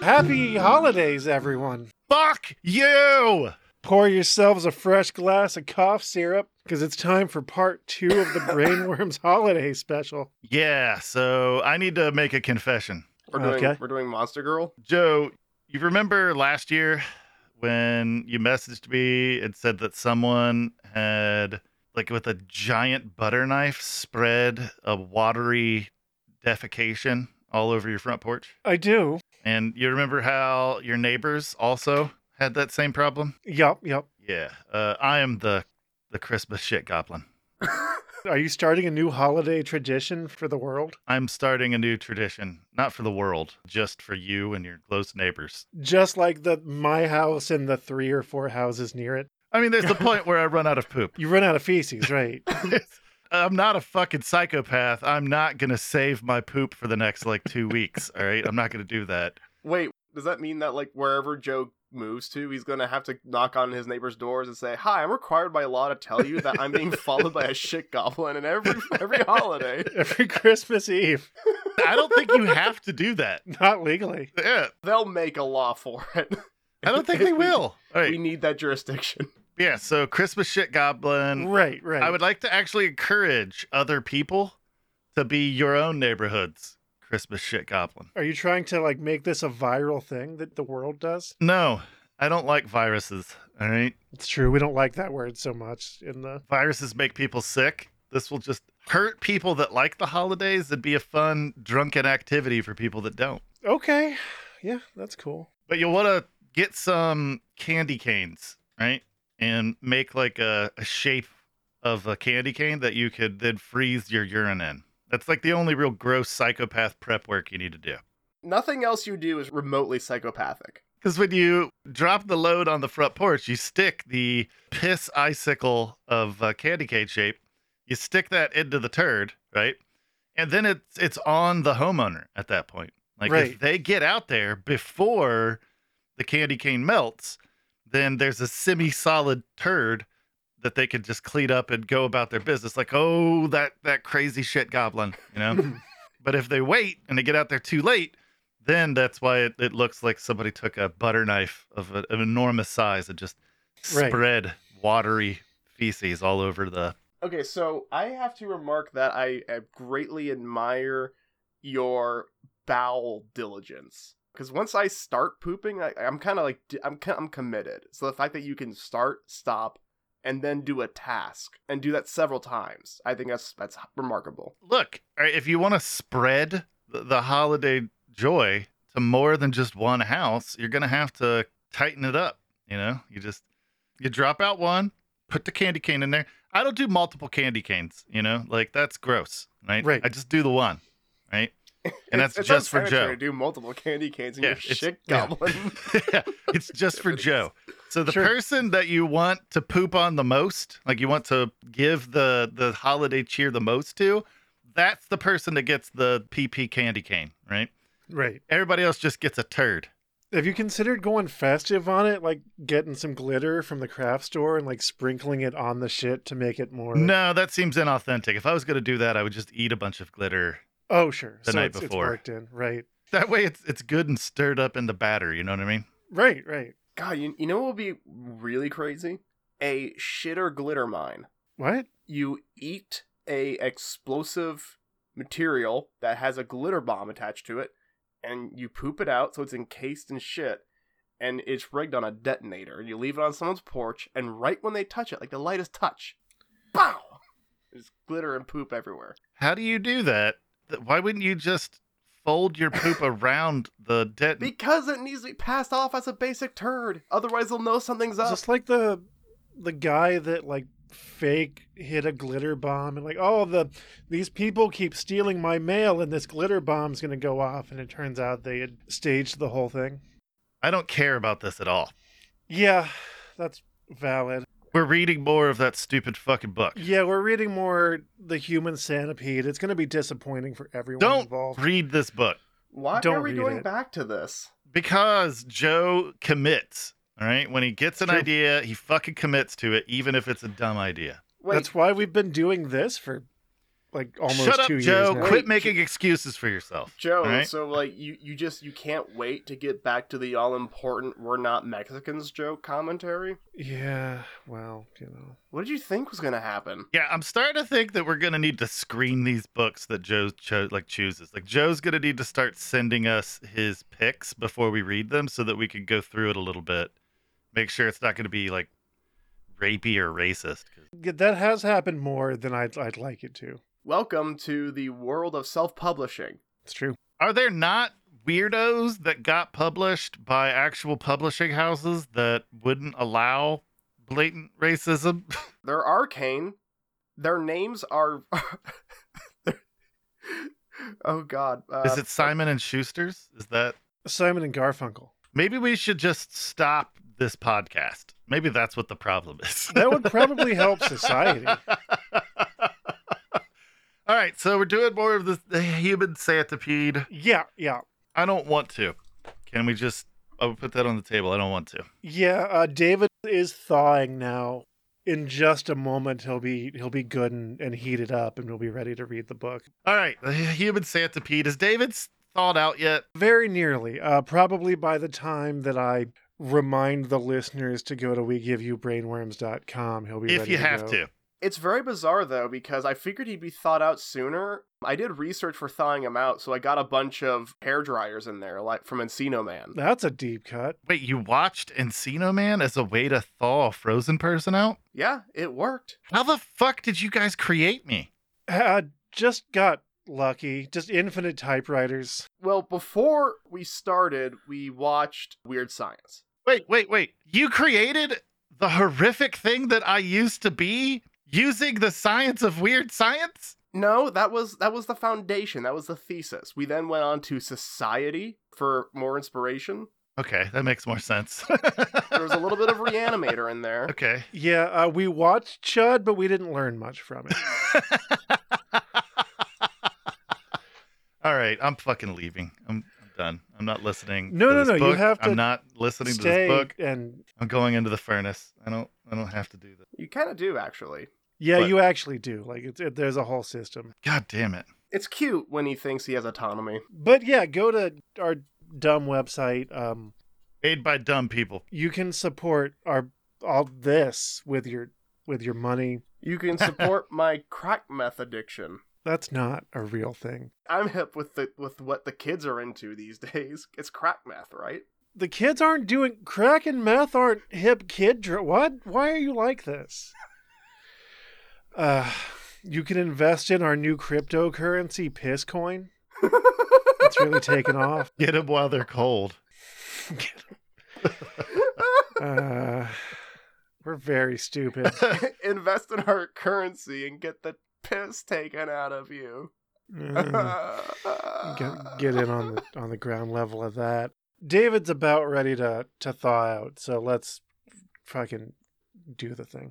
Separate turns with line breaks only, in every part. Happy holidays, everyone.
Fuck you!
Pour yourselves a fresh glass of cough syrup because it's time for part two of the Brainworms holiday special.
Yeah, so I need to make a confession.
We're doing
Okay.
we're doing Monster Girl.
Joe, you remember last year when you messaged me and said that someone had, like, with a giant butter knife, spread a watery defecation all over your front porch?
I do.
And you remember how your neighbors also had that same problem?
Yup, yup.
Yeah, uh, I am the the Christmas shit goblin.
Are you starting a new holiday tradition for the world?
I'm starting a new tradition, not for the world, just for you and your close neighbors.
Just like the my house and the three or four houses near it.
I mean, there's the point where I run out of poop.
You run out of feces, right?
I'm not a fucking psychopath. I'm not going to save my poop for the next like two weeks. All right. I'm not going to do that.
Wait, does that mean that like wherever Joe moves to, he's gonna have to knock on his neighbor's doors and say, "Hi, I'm required by law to tell you that I'm being followed by a shit goblin and every every holiday."
Every Christmas Eve.
I don't think you have to do that.
Not legally.
Yeah.
They'll make a law for it.
I don't think they
We-
will. All
We
right.
need that jurisdiction.
Yeah. So, Christmas shit goblin.
Right, right.
I would like to actually encourage other people to be your own neighborhood's Christmas shit goblin.
Are you trying to like make this a viral thing that the world does?
No, I don't like viruses. All right.
It's true. We don't like that word so much in the
Viruses make people sick. This will just hurt people that like the holidays. It'd be a fun, drunken activity for people that don't.
Okay. Yeah, that's cool.
But you'll want to get some candy canes, right? And make like a, a shape of a candy cane that you could then freeze your urine in. That's like the only real gross psychopath prep work you need to do.
Nothing else you do is remotely psychopathic.
Because when you drop the load on the front porch, you stick the piss icicle of uh, candy cane shape. You stick that into the turd, right? And then it's it's on the homeowner at that point. Like
Right.
if they get out there before the candy cane melts, then there's a semi-solid turd that they could just clean up and go about their business. Like oh that that crazy shit goblin, you know. But if they wait and they get out there too late, then that's why it, it looks like somebody took a butter knife of a, an enormous size and just
Right.
spread watery feces all over the.
Okay, so I have to remark that I, I greatly admire your bowel diligence. Because once I start pooping, I, I'm kind of like d- I'm ki- I'm committed. So the fact that you can start, stop, and then do a task and do that several times, I think that's that's remarkable.
Look, all right, if you want to spread the, the holiday joy to more than just one house, you're gonna have to tighten it up. You know, you just you drop out one, put the candy cane in there. I don't do multiple candy canes. You know, like that's gross, right?
Right.
I just do the one, right? And
It's-
that's
it's
just for
unsanitary
Joe.
To do multiple candy canes in
Yeah,
your
it's-
shit
yeah.
goblin.
yeah, it's just for Joe. So the
Sure.
person that you want to poop on the most, like you want to give the the holiday cheer the most to, that's the person that gets the PP candy cane, right?
Right.
Everybody else just gets a turd.
Have you considered going festive on it, like getting some glitter from the craft store and like sprinkling it on the shit to make it more?
No, that seems inauthentic. If I was gonna do that, I would just eat a bunch of glitter.
Oh, sure.
The
so
night
it's,
before.
it's worked in. Right.
That way, it's it's good and stirred up in the batter. You know what I mean?
Right. Right.
God, you, you know what would be really crazy? A shitter glitter mine.
What?
you eat a explosive material that has a glitter bomb attached to it and you poop it out so it's encased in shit and it's rigged on a detonator and you leave it on someone's porch and right when they touch it like the lightest touch pow there's glitter and poop everywhere
How do you do that? Th- Why wouldn't you just fold your poop around the dead?
because it needs to be passed off as a basic turd otherwise they'll know something's up
Just like the the guy that like fake hit a glitter bomb and like oh the these people keep stealing my mail and this glitter bomb's gonna go off and it turns out they had staged the whole thing.
I don't care about this at all.
Yeah, that's valid.
We're reading more of that stupid fucking book.
Yeah, we're reading more The Human Centipede. It's going to be disappointing for everyone
Don't
involved.
read this book
why
don't
are we
read
going
it.
back to this
because Joe commits. All right. When he gets an
True.
idea, he fucking commits to it, even if it's a dumb idea.
wait
That's why we've been doing this for like almost
Shut up,
two
Joe.
years. now.
Quit making excuses for yourself.
Joe,
all right?
so like you you just you can't wait to get back to the all important we're not Mexicans joke commentary.
Yeah, well, you know.
What did you think was going to happen?
Yeah, I'm starting to think that we're gonna need to screen these books that Joe cho- like chooses. Like Joe's gonna need to start sending us his picks before we read them, so that we can go through it a little bit, make sure it's not gonna be like rapey or racist. 'Cause
Yeah, That has happened more than I'd, I'd like it to.
Welcome to the world of self-publishing.
It's true.
Are there not weirdos that got published by actual publishing houses that wouldn't allow blatant racism?
They're arcane. Their names are Oh god. Uh,
Is it Simon and Schuster's? Is that
Simon and Garfunkel.
maybe we should just stop this podcast? Maybe that's what the problem is.
That would probably help society.
All right, so we're doing more of the, the human centipede.
Yeah, yeah.
I don't want to. Can we just? I would put that on the table. I don't want to.
Yeah, uh, David is thawing now. In just a moment he'll be he'll be good and, and heated up and we'll be ready to read the book.
All right, the human centipede. Is David's thawed out yet?
Very nearly. Uh, probably by the time that I remind the listeners to go to wegiveyoubrainworms.com, he'll be
if
ready
you
to
have
go.
to.
It's very bizarre though because I figured he'd be thawed out sooner. I did research for thawing him out, so I got a bunch of hair dryers in there, like from Encino Man.
That's a deep cut.
Wait, you watched Encino Man as a way to thaw a frozen person out?
Yeah, it worked.
How the fuck did you guys create me?
Uh, just got lucky. Just infinite typewriters.
Well, before we started, we watched Weird Science.
Wait, wait, wait. You created the horrific thing that I used to be using the science of weird science?
No, that was that was the foundation. That was the thesis. We then went on to Society for more inspiration.
Okay, that makes more sense.
There was a little bit of Reanimator in there.
okay.
Yeah, uh, we watched Chud, but we didn't learn much from it.
All right, I'm fucking leaving. I'm, I'm done. I'm not listening.
No,
to
no,
this
no, you
book.
have to
I'm not listening to
Stay
this book.
and
I'm going into the furnace. I don't. I don't have to do this.
You kind of do actually.
yeah,
But-
you actually do. Like it's it, there's a whole system.
God damn it.
It's cute when he thinks he has autonomy.
But yeah, go to our dumb website. Um,
Made by dumb people.
you can support our all this with your with your money.
You can support my crack meth addiction.
That's not a real thing.
I'm hip with the with what the kids are into these days. It's crack meth, right?
The kids aren't doing crack and meth aren't hip kid. Dr- what? Why are you like this? Uh, you can invest in our new cryptocurrency, Pisscoin. It's really taken off.
Get them while they're cold.
uh, we're very stupid.
Invest in our currency and get the piss taken out of you.
Uh, get, get in on the on the ground level of that. David's about ready to to thaw out, so let's fucking do the thing.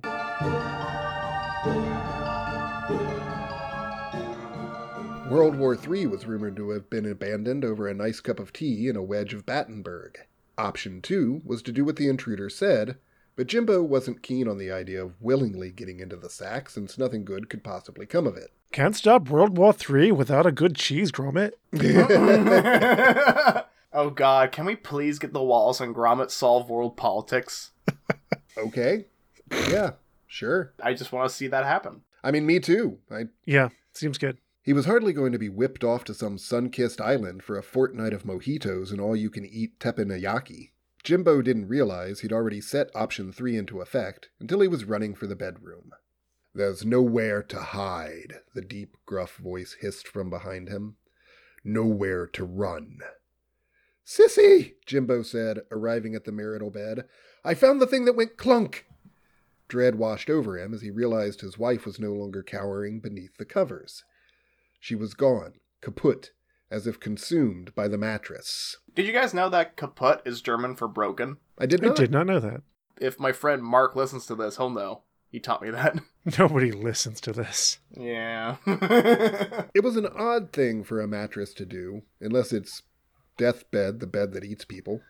World War III was rumored to have been abandoned over a nice cup of tea and a wedge of Battenberg. Option two was to do what the intruder said, but Jimbo wasn't keen on the idea of willingly getting into the sack since nothing good could possibly come of it.
Can't stop World War Three without a good cheese grommet.
oh God! Can we please get the walls and Gromit solve world politics?
okay. Yeah, sure.
I just want to see that happen.
I mean, me too. I
Yeah, seems good.
He was hardly going to be whipped off to some sun kissed island for a fortnight of mojitos and all you can eat teppanyaki. Jimbo didn't realize he'd already set option three into effect until he was running for the bedroom. There's nowhere to hide, the deep, gruff voice hissed from behind him. Nowhere to run. Sissy, Jimbo said, arriving at the marital bed. I found the thing that went clunk. Dread washed over him as he realized his wife was no longer cowering beneath the covers. She was gone, kaput, as if consumed by the mattress.
Did you guys know that kaput is German for broken?
I did
I
not.
did not know that.
If my friend Mark listens to this, he'll know. He taught me that.
Nobody listens to this.
Yeah.
It was an odd thing for a mattress to do, unless it's deathbed, the bed that eats people.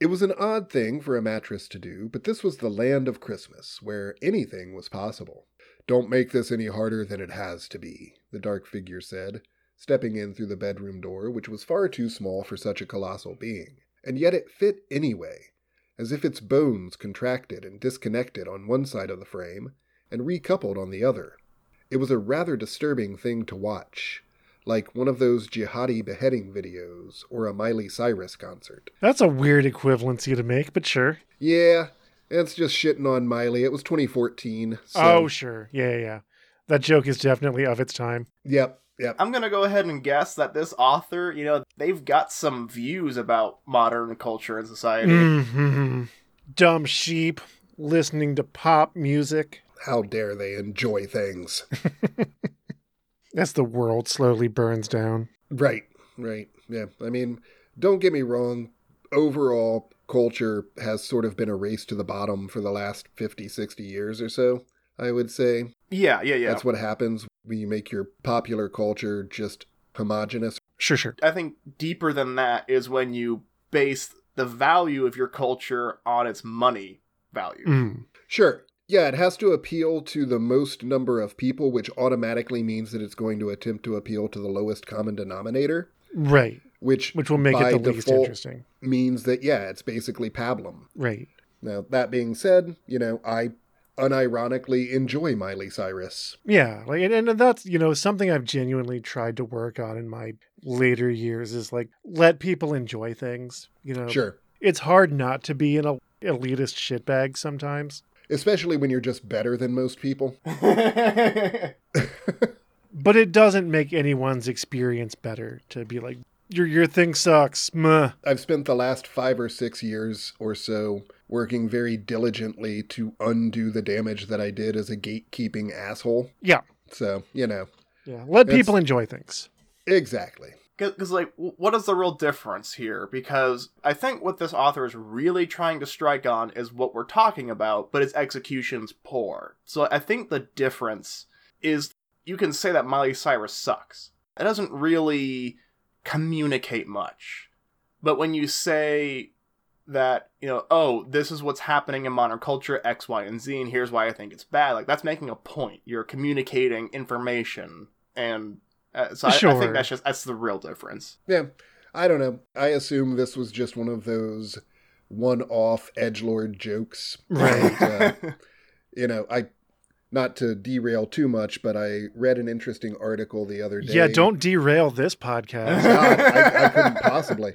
it was an odd thing for a mattress to do, but this was the land of Christmas, where anything was possible. Don't make this any harder than it has to be, the dark figure said, stepping in through the bedroom door, which was far too small for such a colossal being. And yet it fit anyway, as if its bones contracted and disconnected on one side of the frame and recoupled on the other. It was a rather disturbing thing to watch, like one of those jihadi beheading videos or a Miley Cyrus concert.
That's a weird equivalency to make, but sure.
Yeah, it's just shitting on Miley. It was 2014. So,
Oh, sure. Yeah, yeah, yeah. That joke is definitely of its time.
yep, yep.
I'm gonna go ahead and guess that this author, you know, they've got some views about modern culture and society.
hmm Dumb sheep listening to pop music.
How dare they enjoy things?
As the world slowly burns down.
Right, right. Yeah. I mean, don't get me wrong. Overall, culture has sort of been a race to the bottom for the last 50, 60 years or so, I would say.
Yeah, yeah, yeah.
That's what happens when you make your popular culture just homogenous.
Sure, sure.
I think deeper than that is when you base the value of your culture on its money value.
Mm.
Sure. Yeah, it has to appeal to the most number of people, which automatically means that it's going to attempt to appeal to the lowest common denominator,
Right.
which
Which will make
By
it the least
default-
interesting.
means that, yeah, it's basically pablum.
Right.
Now, that being said, you know, I unironically enjoy Miley Cyrus.
Yeah, like and, and that's you know something I've genuinely tried to work on in my later years is like let people enjoy things. You know,
Sure.
it's hard not to be an el- elitist shitbag sometimes,
Especially when you're just better than most people.
but it doesn't make anyone's experience better to be like your your thing sucks. Meh.
I've spent the last five or six years or so working very diligently to undo the damage that I did as a gatekeeping asshole.
Yeah.
So, you know,
Yeah, let
It's-
people enjoy things.
exactly.
Because, like, w- what is the real difference here? Because I think what this author is really trying to strike on is what we're talking about, but its execution's poor. So I think the difference is you can say that Miley Cyrus sucks. It doesn't really communicate much. But when you say that, you know, oh, this is what's happening in modern culture, X, Y, and Z, and here's why I think it's bad, like, that's making a point. You're communicating information. And uh, so I, I
Sure.
think that's just that's the real difference.
Yeah. I don't know. I assume this was just one of those one off edgelord jokes.
Right.
uh, you know, I. Not to derail too much, but I read an interesting article the other day.
Yeah, don't derail this podcast.
God, I, I couldn't possibly.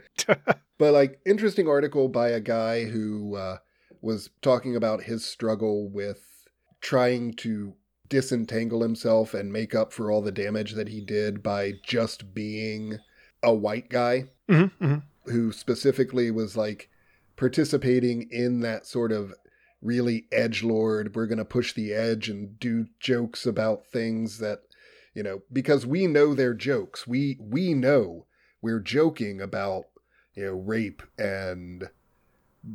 But like, interesting article by a guy who uh, was talking about his struggle with trying to disentangle himself and make up for all the damage that he did by just being a white guy
Mhm, mhm.
who specifically was like participating in that sort of really edge lord we're going to push the edge and do jokes about things that you know because we know they're jokes we we know we're joking about you know rape and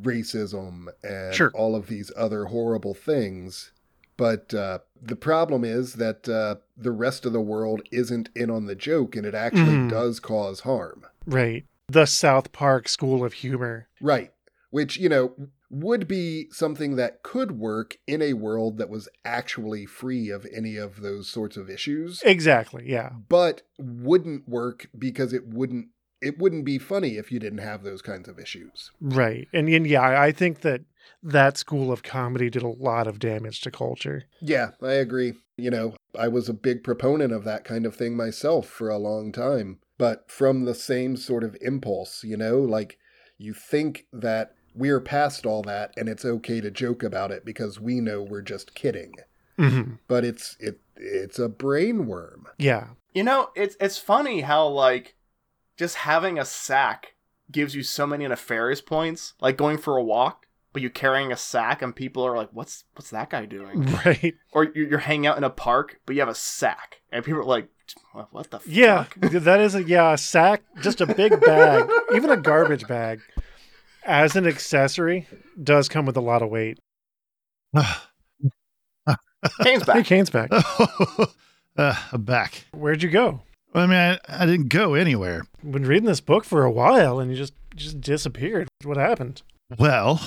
racism and
Sure.
all of these other horrible things but uh, the problem is that uh, the rest of the world isn't in on the joke and it actually
Mm.
does cause harm
Right. The South Park School of Humor.
Right. Which, you know, would be something that could work in a world that was actually free of any of those sorts of issues,
Exactly. Yeah.
but wouldn't work because it wouldn't it wouldn't be funny if you didn't have those kinds of issues.
Right. And, and yeah, I I think that that school of comedy did a lot of damage to culture.
Yeah, I agree. You know, I was a big proponent of that kind of thing myself for a long time, but from the same sort of impulse, you know, like you think that we're past all that and it's okay to joke about it because we know we're just kidding.
Mm-hmm.
but it's it it's a brain worm.
Yeah.
You know, it's it's funny how like just having a sack gives you so many nefarious points, like going for a walk, but you carrying a sack and people are like, "What's what's that guy doing?"
Right.
Or you're, you're hanging out in a park, but you have a sack, and people are like, "What- "What the
Yeah.
fuck?"
that is a, yeah, a sack, just a big bag, even a garbage bag as an accessory does come with a lot of weight.
Kane's
Hey,
back.
Kane's back.
uh, I'm back.
Where'd you go?
I mean, I, I didn't go anywhere.
Been reading this book for a while and you just just disappeared. What happened?
Well,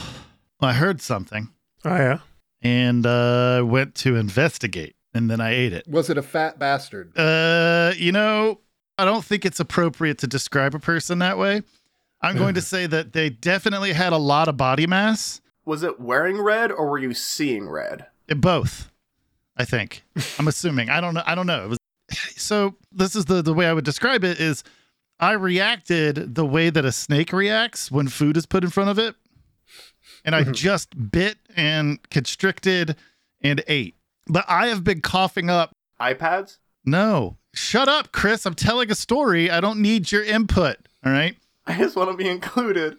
I heard something
Oh yeah.
and uh, went to investigate. and then I ate it.
Was it a fat bastard?
Uh, you know, I don't think it's appropriate to describe a person that way. I'm going to say that they definitely had a lot of body mass.
Was it wearing red or were you seeing red?
Uh, Both, I think. I'm assuming. I don't know. I don't know. It was so. This is the the way I would describe it is. I reacted the way that a snake reacts when food is put in front of it, and I
Mhm.
just bit and constricted and ate. But I have been coughing up.
iPads?
No, shut up, Chris. I'm telling a story. I don't need your input. All right.
I just want to be included.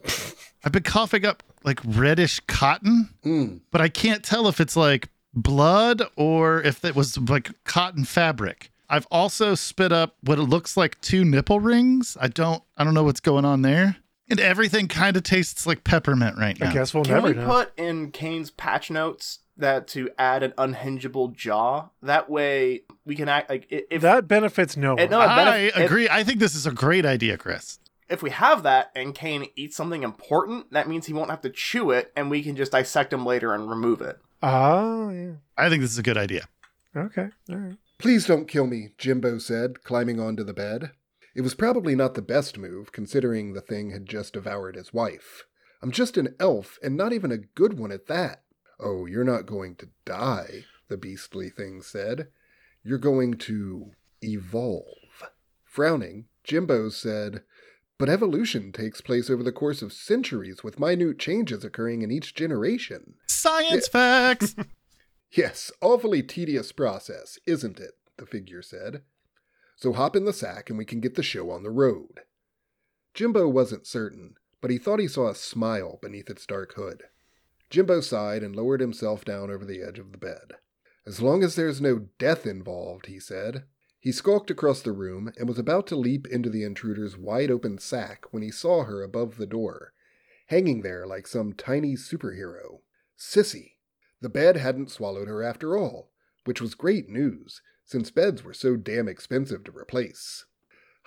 I've been coughing up like reddish cotton.
Mm.
but I can't tell if it's like blood or if it was like cotton fabric. I've also spit up what it looks like two nipple rings. I don't I don't know what's going on there. And everything kind of tastes like peppermint right now.
I guess we'll
Can
never
we
know.
put in Kane's patch notes that to add an unhingeable jaw? That way we can act like i- if
that benefits no one.
It- no, it
I
benef- it-
agree. I think this is a great idea, Chris.
if we have that and Kane eats something important, that means he won't have to chew it, and we can just dissect him later and remove it.
Ah, yeah.
I think this is a good idea.
Okay. All right.
Please don't kill me, Jimbo said, climbing onto the bed. It was probably not the best move, considering the thing had just devoured his wife. I'm just an elf, and not even a good one at that. Oh, you're not going to die, the beastly thing said. You're going to evolve. Frowning, Jimbo said, But evolution takes place over the course of centuries, with minute changes occurring in each generation.
Science facts.
Yes, awfully tedious process, isn't it? The figure said. So hop in the sack and we can get the show on the road. Jimbo wasn't certain, but he thought he saw a smile beneath its dark hood. Jimbo sighed and lowered himself down over the edge of the bed. As long as there's no death involved, he said. He skulked across the room and was about to leap into the intruder's wide open sack when he saw her above the door, hanging there like some tiny superhero. Sissy. The bed hadn't swallowed her after all, which was great news, since beds were so damn expensive to replace.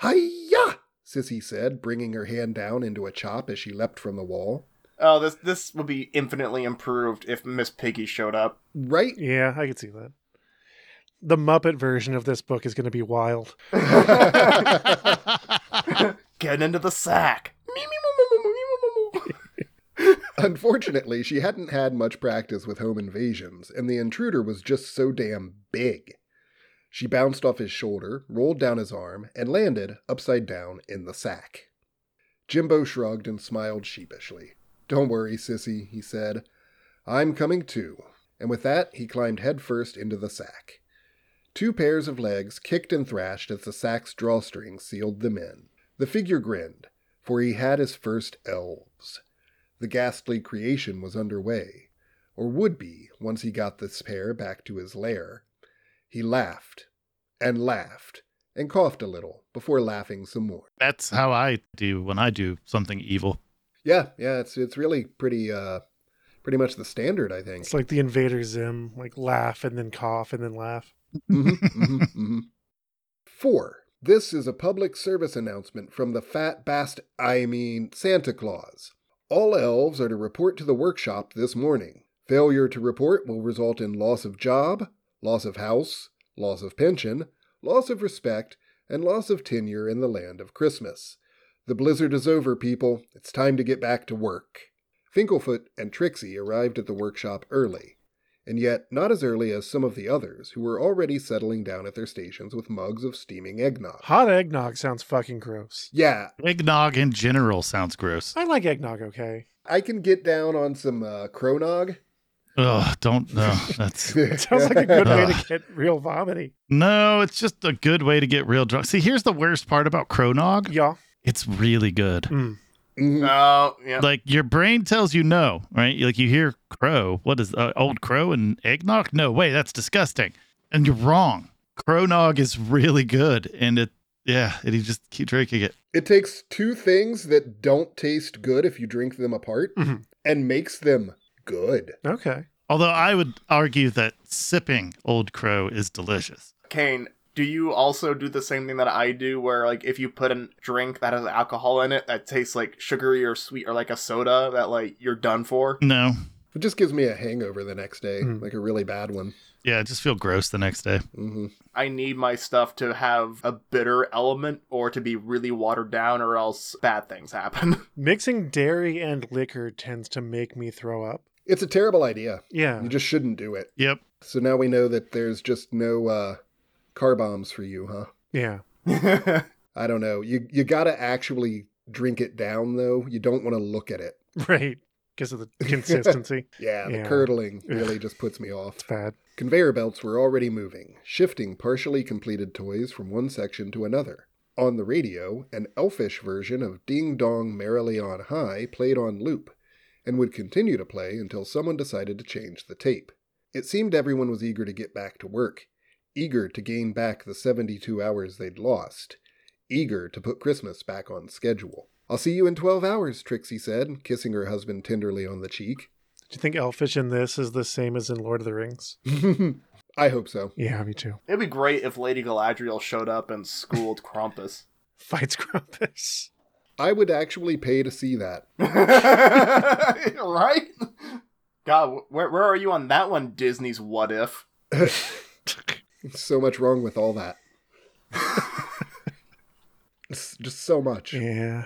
Hiya! Sissy said, bringing her hand down into a chop as she leapt from the wall.
Oh, this this would be infinitely improved if Miss Piggy showed up.
Right?
Yeah, I could see that. The Muppet version of this book is going to be wild.
Get into the sack.
Unfortunately, she hadn't had much practice with home invasions, and the intruder was just so damn big. She bounced off his shoulder, rolled down his arm, and landed upside down in the sack. Jimbo shrugged and smiled sheepishly. Don't worry, sissy, he said. I'm coming too. And with that, he climbed headfirst into the sack. Two pairs of legs kicked and thrashed as the sack's drawstring sealed them in. The figure grinned, for he had his first elves the ghastly creation was underway, or would be once he got this pair back to his lair. He laughed and laughed and coughed a little before laughing some more.
That's how I do when I do something evil.
Yeah, yeah, it's it's really pretty uh pretty much the standard, I think.
It's like the Invader Zim, like laugh and then cough and then laugh.
Mhm, mhm, mhm. Four. This is a public service announcement from the fat bast I mean Santa Claus. All elves are to report to the workshop this morning. Failure to report will result in loss of job, loss of house, loss of pension, loss of respect, and loss of tenure in the land of Christmas. The blizzard is over, people. It's time to get back to work. Finklefoot and Trixie arrived at the workshop early and yet not as early as some of the others who were already settling down at their stations with mugs of steaming eggnog.
Hot eggnog sounds fucking gross.
Yeah,
Eggnog in general sounds gross.
I like eggnog, okay.
I can get down on some uh, Cronog.
Ugh, don't no. That's
It sounds like a good way to get real vomity.
No, it's just a good way to get real drunk. See, here's the worst part about Cronog.
Yeah.
It's really good.
Mm.
Mhm.
Oh, yeah.
Like your brain tells you no, right? Like you hear crow. What is uh, old crow and eggnog? No, wait, that's disgusting. And you're wrong. Cronog is really good, and it yeah, and you just keep drinking it.
It takes two things that don't taste good if you drink them apart
Mhm.
and makes them good.
Okay.
Although I would argue that sipping old crow is delicious.
Kane, do you also do the same thing that I do where like if you put a drink that has alcohol in it that tastes like sugary or sweet or like a soda that like you're done for?
No,
It just gives me a hangover the next day,
Mm.
like a really bad one.
Yeah, I just feel gross the next day.
hmm
I need my stuff to have a bitter element or to be really watered down, or else bad things happen.
Mixing dairy and liquor tends to make me throw up.
It's a terrible idea.
Yeah.
You just shouldn't do it.
Yep.
So now we know that there's just no uh, car bombs for you, huh?
Yeah.
I don't know. You you gotta actually drink it down though. You don't want to look at it.
Right. Because of the consistency.
Yeah, the
Yeah.
curdling
Ugh.
really just puts me off.
it's bad.
Conveyor belts were already moving, shifting partially completed toys from one section to another. On the radio, an elfish version of Ding Dong Merrily on High played on loop, and would continue to play until someone decided to change the tape. It seemed everyone was eager to get back to work, eager to gain back the 72 hours they'd lost, eager to put Christmas back on schedule. I'll see you in 12 hours, Trixie said, kissing her husband tenderly on the cheek.
Do you think Elfish in this is the same as in Lord of the Rings?
I hope so.
Yeah, me too.
It'd be great if Lady Galadriel showed up and schooled Krampus.
Fights Grumpus.
I would actually pay to see that.
right? God, wh- where, where are you on that one, Disney's What If?
so much wrong with all that. It's just so much.
Yeah.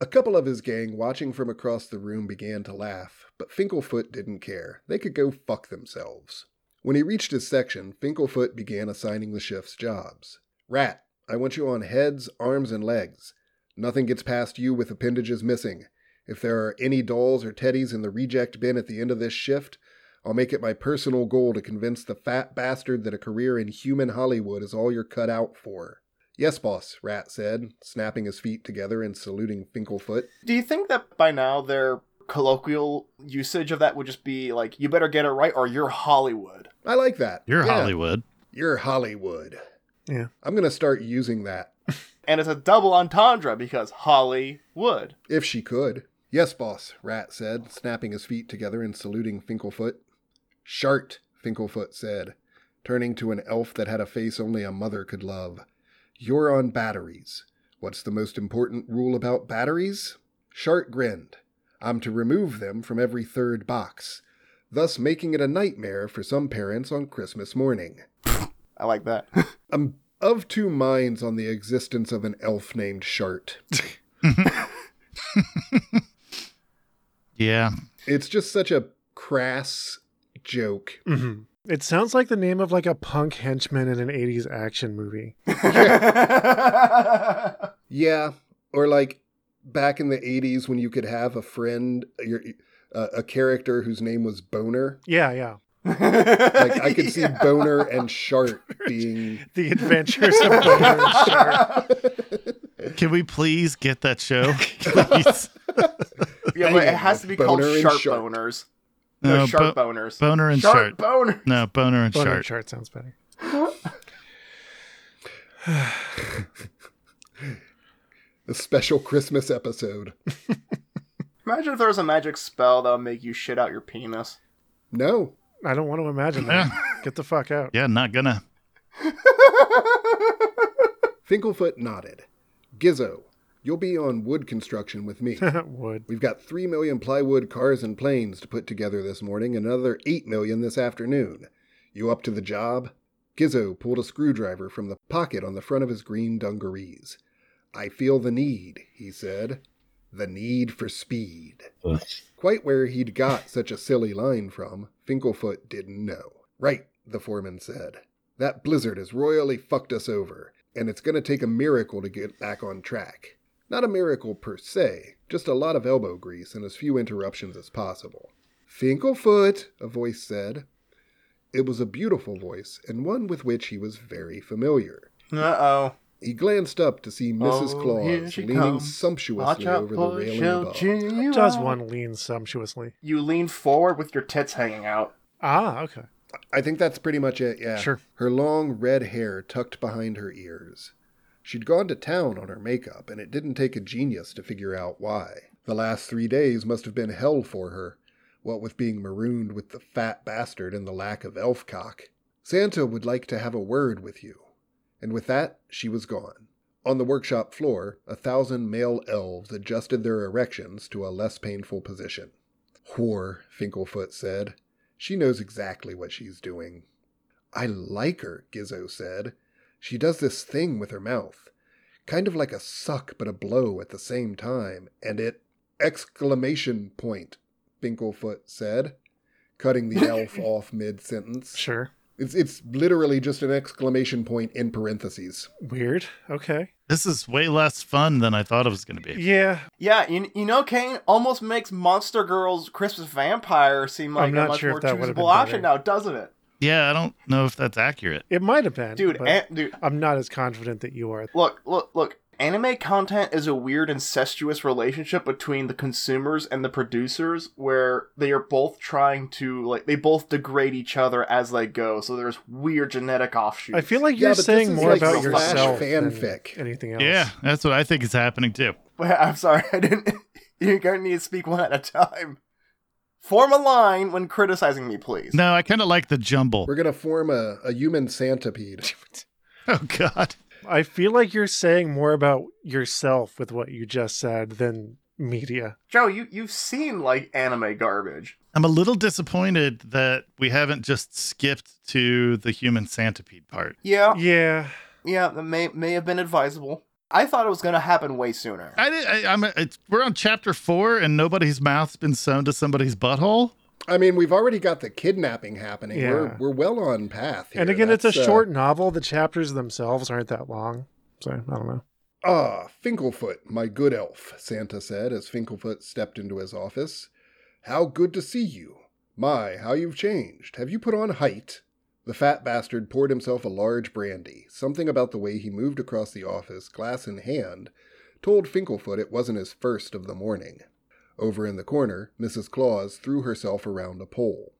A couple of his gang watching from across the room began to laugh, but Finklefoot didn't care. They could go fuck themselves. When he reached his section, Finklefoot began assigning the shift's jobs. Rat, I want you on heads, arms, and legs. Nothing gets past you with appendages missing. If there are any dolls or teddies in the reject bin at the end of this shift, I'll make it my personal goal to convince the fat bastard that a career in human Hollywood is all you're cut out for. Yes, boss, Rat said, snapping his feet together and saluting Finklefoot.
Do you think that by now their colloquial usage of that would just be like, you better get it right or you're Hollywood?
I like that.
You're
Yeah,
Hollywood.
You're Hollywood.
Yeah.
I'm going to start using that.
And it's a double entendre because Hollywood.
If she could. Yes, boss, Rat said, snapping his feet together and saluting Finklefoot. Shart, Finklefoot said, turning to an elf that had a face only a mother could love. You're on batteries. What's the most important rule about batteries? Shart grinned. I'm to remove them from every third box, thus making it a nightmare for some parents on Christmas morning.
I like that.
I'm of two minds on the existence of an elf named Shart.
Yeah.
It's just such a crass joke.
hmm It sounds like the name of like a punk henchman in an 80s action movie.
Yeah, or like back in the 80s when you could have a friend your uh, a character whose name was Boner.
Yeah, yeah.
Like I could see Boner and Shart being
The Adventures of Boner and Shark.
Can we please get that show? Please.
Yeah, but
Hang
it
on,
has to be
boner
called
and
sharp
shark.
boners. No,
No,
sharp
bo-
boners.
boner and
sharp
shark.
boner.
No, boner and
Boner
shark.
and Shark sounds better.
a special Christmas episode.
Imagine if there was a magic spell that'll make you shit out your penis.
No.
I don't want to imagine that. Get the fuck out.
Yeah, not gonna.
Finklefoot nodded. Gizzo, you'll be on wood construction with me.
Would.
We've got 3 million plywood cars and planes to put together this morning, and another 8 million this afternoon. You up to the job? Gizzo pulled a screwdriver from the pocket on the front of his green dungarees. I feel the need, he said. The need for speed. Quite where he'd got such a silly line from, Finklefoot didn't know. Right, the foreman said. That blizzard has royally fucked us over, and it's going to take a miracle to get back on track. Not a miracle per se, just a lot of elbow grease and as few interruptions as possible. Finklefoot, a voice said. It was a beautiful voice, and one with which he was very familiar.
Uh oh.
He glanced up to see Mrs.
Oh, here
Claus
she
leaning
comes.
sumptuously
Watch out
over the
for
railing
she'll
above.
chin you uh,
Does
out.
one lean sumptuously?
You lean forward with your tits hanging out.
Ah, okay.
I think that's pretty much it, yeah.
Sure.
Her long red hair tucked behind her ears. She'd gone to town on her makeup, and it didn't take a genius to figure out why. The last three days must have been hell for her, what with being marooned with the fat bastard and the lack of elf cock. Santa would like to have a word with you. And with that, she was gone. On the workshop floor, a thousand male elves adjusted their erections to a less painful position. Whore, Finklefoot said. She knows exactly what she's doing. I like her, Gizzo said. She does this thing with her mouth, kind of like a suck but a blow at the same time, and it exclamation point, Binklefoot said, cutting the elf off mid sentence.
Sure.
It's it's literally just an exclamation point in parentheses.
Weird. Okay.
This is way less fun than I thought it was going to be.
Yeah.
Yeah, you, you know, Kane almost makes Monster Girl's Christmas Vampire seem like
I'm
a
not
much
sure if
more
that would've been
choosable option
better.
now, doesn't it?
Yeah, I don't know if that's accurate.
It might have been.
Dude,
but
an- dude,
I'm not as confident that you are.
look, look, look. Anime content is a weird incestuous relationship between the consumers and the producers where they are both trying to like they both degrade each other as they go. So there's weird genetic offshoots.
I feel like
Yeah,
you're
but this
saying
is
more
like
about
slash
yourself
fanfic.
than anything else.
Yeah, that's what I think is happening too.
Wait, I'm sorry, I didn't. You're going to need to speak one at a time. Form a line when criticizing me, please.
No, I kind of like the jumble.
We're gonna form a, a human centipede.
Oh God,
I feel like you're saying more about yourself with what you just said than media.
Joe, you you've seen like anime garbage.
I'm a little disappointed that we haven't just skipped to the human centipede part.
Uh,
Yeah,
Yeah.
yeah, that may may have been advisable. I thought it was going to happen way sooner.
I, did, I I'm it's, we're on chapter four, and nobody's mouth's been sewn to somebody's butthole.
I mean, we've already got the kidnapping happening. We're
Yeah.
we're well on path. Here.
and again, it's a
That's, uh,
short novel. The chapters themselves aren't that long. So I don't know.
Ah, Finklefoot, my good elf, Santa said as Finklefoot stepped into his office. How good to see you. My, how you've changed. Have you put on height? The fat bastard poured himself a large brandy. Something about the way he moved across the office, glass in hand, told Finklefoot it wasn't his first of the morning. Over in the corner, Mrs. Claus threw herself around a pole.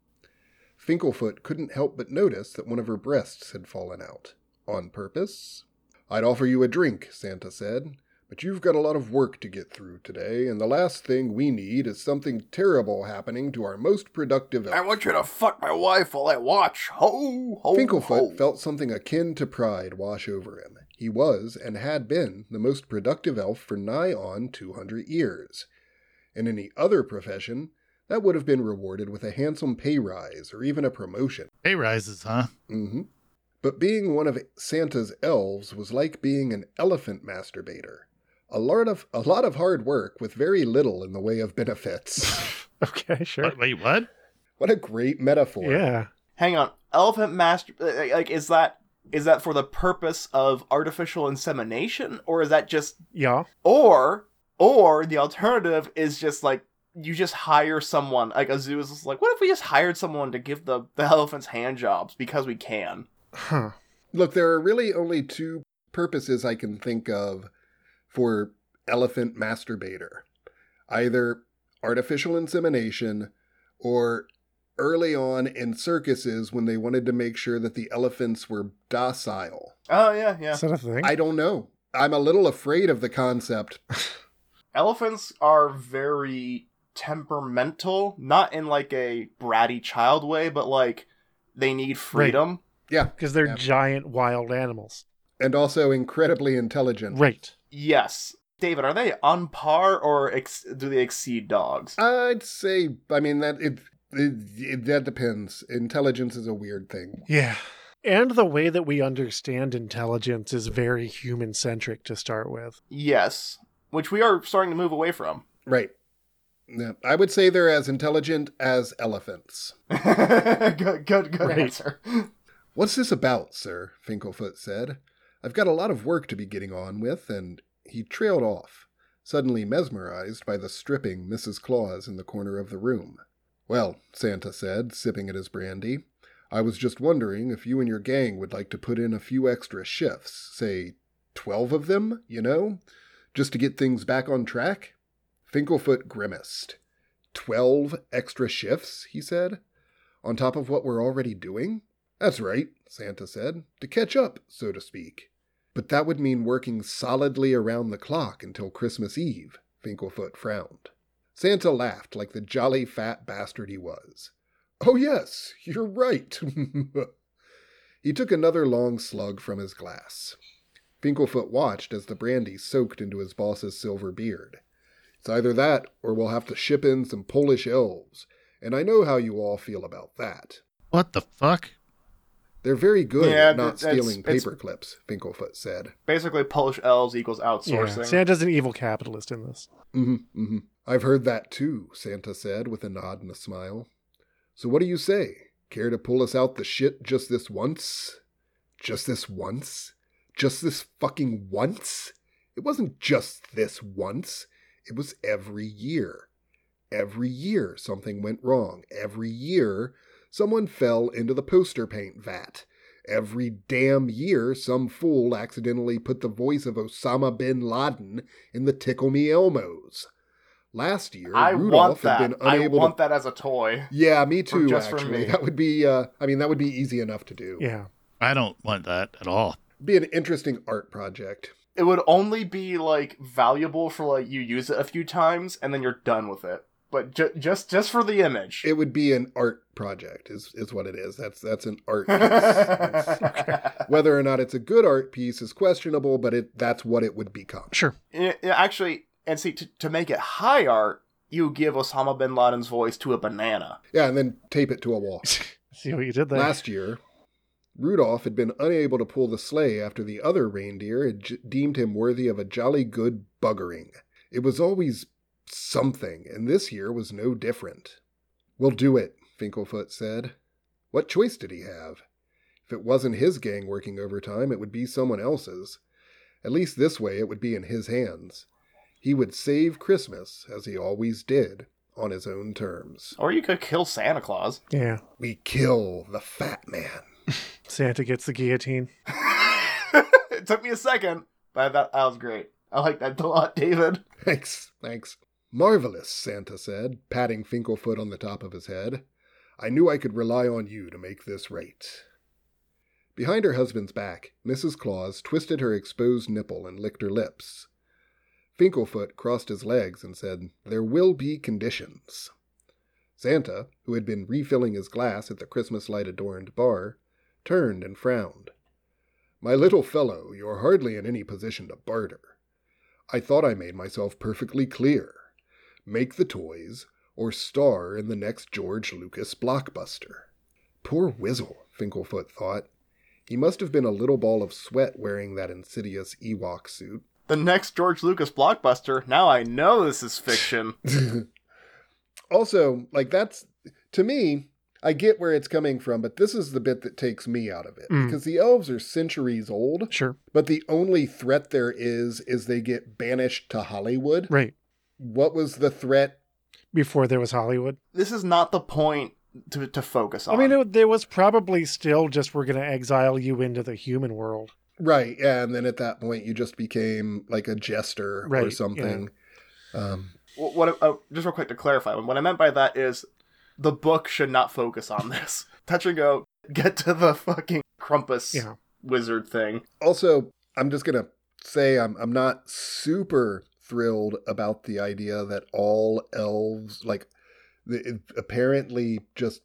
Finklefoot couldn't help but notice that one of her breasts had fallen out. On purpose? I'd offer you a drink, Santa said, but you've got a lot of work to get through today, and the last thing we need is something terrible happening to our most productive elf.
you to fuck my wife while I watch. Ho, ho,
Finklefoot felt something akin to pride wash over him. He was, and had been, the most productive elf for nigh on 200 years. In any other profession, that would have been rewarded with a handsome pay rise or even a promotion.
Hey, rises, huh?
Mm-hmm. But being one of Santa's elves was like being an elephant masturbator. A lot of a lot of hard work with very little in the way of benefits.
Okay, sure.
What- wait, what?
what a great metaphor.
Yeah.
Hang on, elephant master. uh, Like, is that is that for the purpose of artificial insemination, or is that just
Yeah.
or or the alternative is just like you just hire someone like a zoo is just like what if we just hired someone to give the, the elephants hand jobs because we can
Huh.
Look, there are really only two purposes I can think of for elephant masturbator. Either artificial insemination or early on in circuses when they wanted to make sure that the elephants were docile.
oh yeah yeah
Is that a thing?
I don't know. I'm a little afraid of the concept.
elephants are very temperamental not in like a bratty child way but like they need freedom
Yeah,
Because they're
Yeah.
giant wild animals.
and also incredibly intelligent.
Right.
yes david are they on par or ex- do they exceed dogs
I'd say. I mean that it, it, it that depends. Intelligence is a weird thing.
Yeah. And the way that we understand intelligence is very human centric to start with.
yes which we are starting to move away from
Right. Yeah, I would say they're as intelligent as elephants.
good good good
Right.
answer
What's this about, sir? Finklefoot said. I've got a lot of work to be getting on with, and he trailed off, suddenly mesmerized by the stripping Mrs. Claus in the corner of the room. Well, Santa said, sipping at his brandy, I was just wondering if you and your gang would like to put in a few extra shifts, say twelve of them, you know, just to get things back on track? Finklefoot grimaced. Twelve extra shifts, he said, on top of what we're already doing? That's right, Santa said, to catch up, so to speak. But that would mean working solidly around the clock until Christmas Eve, Finklefoot frowned. Santa laughed like the jolly fat bastard he was. Oh, yes, you're right. he took another long slug from his glass. Finklefoot watched as the brandy soaked into his boss's silver beard. It's either that, or we'll have to ship in some Polish elves, and I know how you all feel about that.
What the fuck?
They're very good
Yeah,
at not
that- that's-
stealing
it's-
paper clips, Finkelfoot said.
Basically, Polish elves equals
Yeah.
outsourcing.
Santa's an evil capitalist in this.
hmm hmm I've heard that too, Santa said with a nod and a smile. So what do you say? Care to pull us out the shit just this once? Just this once? Just this fucking once? It wasn't just this once. It was every year. Every year something went wrong. Every year someone fell into the poster paint vat. Every damn year some fool accidentally put the voice of Osama bin Laden in the Tickle Me Elmos. Last year,
I want
Rudolph had
that.
been
I
unable
want
to.
that as a toy.
Yeah, me
For-
too.
just for
actually,
me.
that would be. Uh, I mean, that would be easy enough to do.
Yeah.
I don't want that at all.
Be an interesting art project.
It would only be like valuable for like you use it a few times and then you're done with it. But ju- just just for the image.
It would be an art project. Is is what it is. That's that's an art piece. It's- Whether or not it's a good art piece is questionable, but it that's what it would become.
Sure.
Yeah, yeah, actually, and see, to, to make it high art, you give Osama bin Laden's voice to a banana.
Yeah, and then tape it to a wall.
See what you did there.
Last year, Rudolph had been unable to pull the sleigh after the other reindeer had j- deemed him worthy of a jolly good buggering. It was always something, and this year was no different. We'll do it, Finkelfoot said. What choice did he have? If it wasn't his gang working overtime, it would be someone else's. At least this way it would be in his hands. He would save Christmas, as he always did, on his own terms.
Or you could kill Santa Claus.
Yeah.
We kill the fat man.
Santa gets the guillotine.
it took me a second, but that, that was great. I like that a lot, David.
Thanks, thanks. Marvelous, Santa said, patting Finkelfoot on the top of his head. I knew I could rely on you to make this right. Behind her husband's back, Mrs. Claus twisted her exposed nipple and licked her lips. Finkelfoot crossed his legs and said, There will be conditions. Santa, who had been refilling his glass at the Christmas light adorned bar, turned and frowned. My little fellow, you're hardly in any position to barter. I thought I made myself perfectly clear. Make the toys, or star in the next George Lucas blockbuster. Poor Wizzle, Finkelfoot thought. He must have been a little ball of sweat wearing that insidious Ewok suit.
The next George Lucas blockbuster. Now I know this is fiction.
also, like that's to me, I get where it's coming from, but this is the bit that takes me out of it
Mm.
because the elves are centuries old,
Sure.
but the only threat there is is they get banished to Hollywood.
Right.
What was the threat?
Before there was Hollywood.
this is not the point to, to focus on.
I mean, it, there was probably still just we're going to exile you into the human world.
Right, yeah, and then at that point you just became like a jester
Right,
or
yeah.
something. Um,
Wh- what I- uh, just real quick to clarify what i meant by that is the book should not focus on this touch and go get to the fucking crumpus
Yeah.
wizard thing
also, I'm just gonna say I'm I'm not super thrilled about the idea that all elves, like the, it- apparently just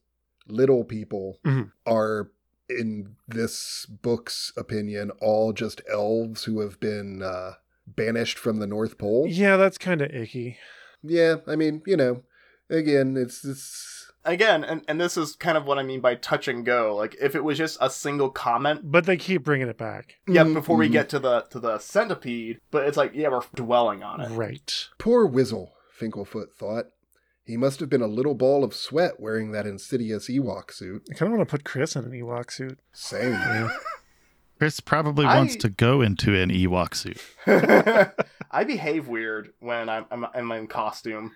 little people,
Mm-hmm.
Mhm.
are in this book's opinion all just elves who have been uh, banished from the North Pole.
Yeah, that's kind of icky.
Yeah, I mean, you know, again, it's it's
again and, and this is kind of what i mean by touch and go like if it was just a single comment
But they keep bringing it back.
yeah
Mhm,
before we
mhm.
get
Mm-hmm.
to the to the centipede but it's like yeah we're dwelling on it
Right.
Poor Wizzle, Finkelfoot thought. He must have been a little ball of sweat wearing that insidious Ewok suit.
I kind of want to put Chris in an Ewok suit.
Same.
Chris probably
I-
wants to go into an Ewok suit.
i behave weird when i'm i'm, I'm in costume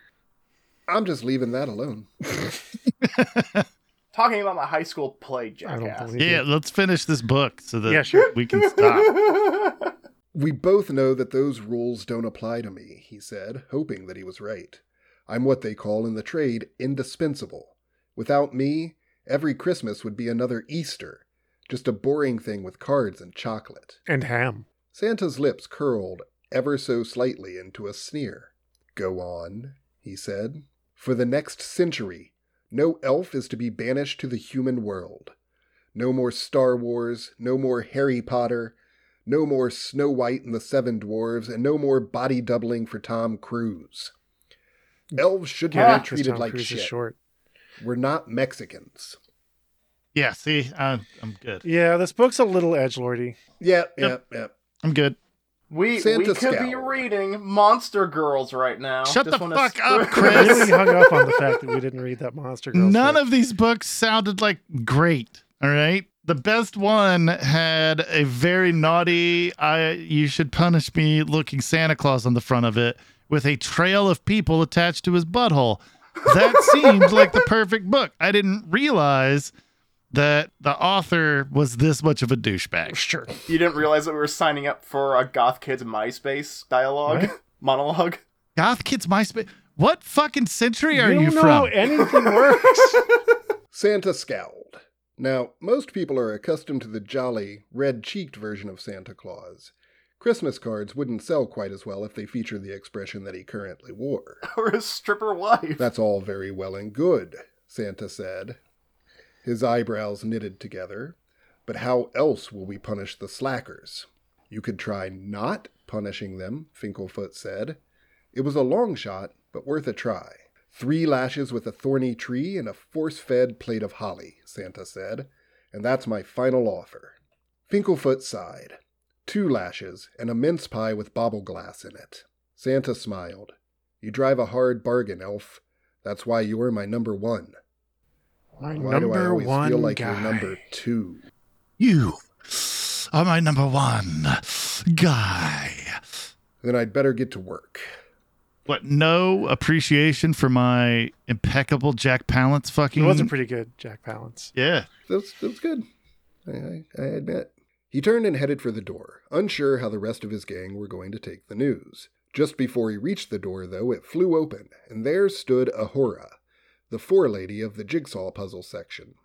I'm just leaving that alone.
talking about my high school play jackass
I don't believe
Yeah, let's finish this book so that
Yeah, sure.
we can stop.
We both know that those rules don't apply to me, he said, hoping that he was right. I'm what they call in the trade indispensable. Without me, every Christmas would be another Easter, just a boring thing with cards and chocolate.
And Ham.
Santa's lips curled ever so slightly into a sneer. Go on, he said. For the next century, no elf is to be banished to the human world. No more Star Wars, no more Harry Potter, no more Snow White and the Seven Dwarves, and no more body doubling for Tom Cruise. Elves should
My
not be
interest
treated
Tom
Ah, like
Cruise is
shit.
short.
We're not Mexicans.
Yeah, see, I, I'm good.
Yeah, this book's a little edge lordy.
Yep, yep, yep.
I'm good.
We
Santa
we could be
Scowl.
reading Monster Girls right now.
Shut
Just
the
wanna
fuck up, Chris.
Really hung up on the fact that we didn't read that Monster Girls.
None
book.
of these books sounded like great. All right. The best one had a very naughty, I you should punish me looking Santa Claus on the front of it with a trail of people attached to his butthole. That seemed like the perfect book. I didn't realize that the author was this much of a douchebag.
Sure.
you didn't realize that we were signing up for a Goth Kids MySpace dialogue monologue.
Goth Kids MySpace. What fucking century are
you
you,
don't know
from?
how anything works.
Santa scowled. Now, most people are accustomed to the jolly, red cheeked version of Santa Claus. Christmas cards wouldn't sell quite as well if they featured the expression that he currently wore.
or his stripper wife.
That's all very well and good, Santa said. His eyebrows knitted together. But how else will we punish the slackers? You could try not punishing them, Finklefoot said. It was a long shot, but worth a try. Three lashes with a thorny tree and a force fed plate of holly, Santa said, and that's my final offer. Finklefoot sighed. Two lashes and a mince pie with bobble glass in it. Santa smiled. You drive a hard bargain, elf. That's why you're my number one.
My
Why
number
do I always
one
feel like
guy.
you're number two?
You are my number one guy.
Then I'd better get to work.
What? No appreciation for my impeccable Jack Palance
It
fucking.
was a pretty good Jack Palance.
yeah.
That's that's good. I, I, I admit. He turned and headed for the door, unsure how the rest of his gang were going to take the news. Just before he reached the door, though, it flew open, and there stood Ahura, the forelady of the jigsaw puzzle section.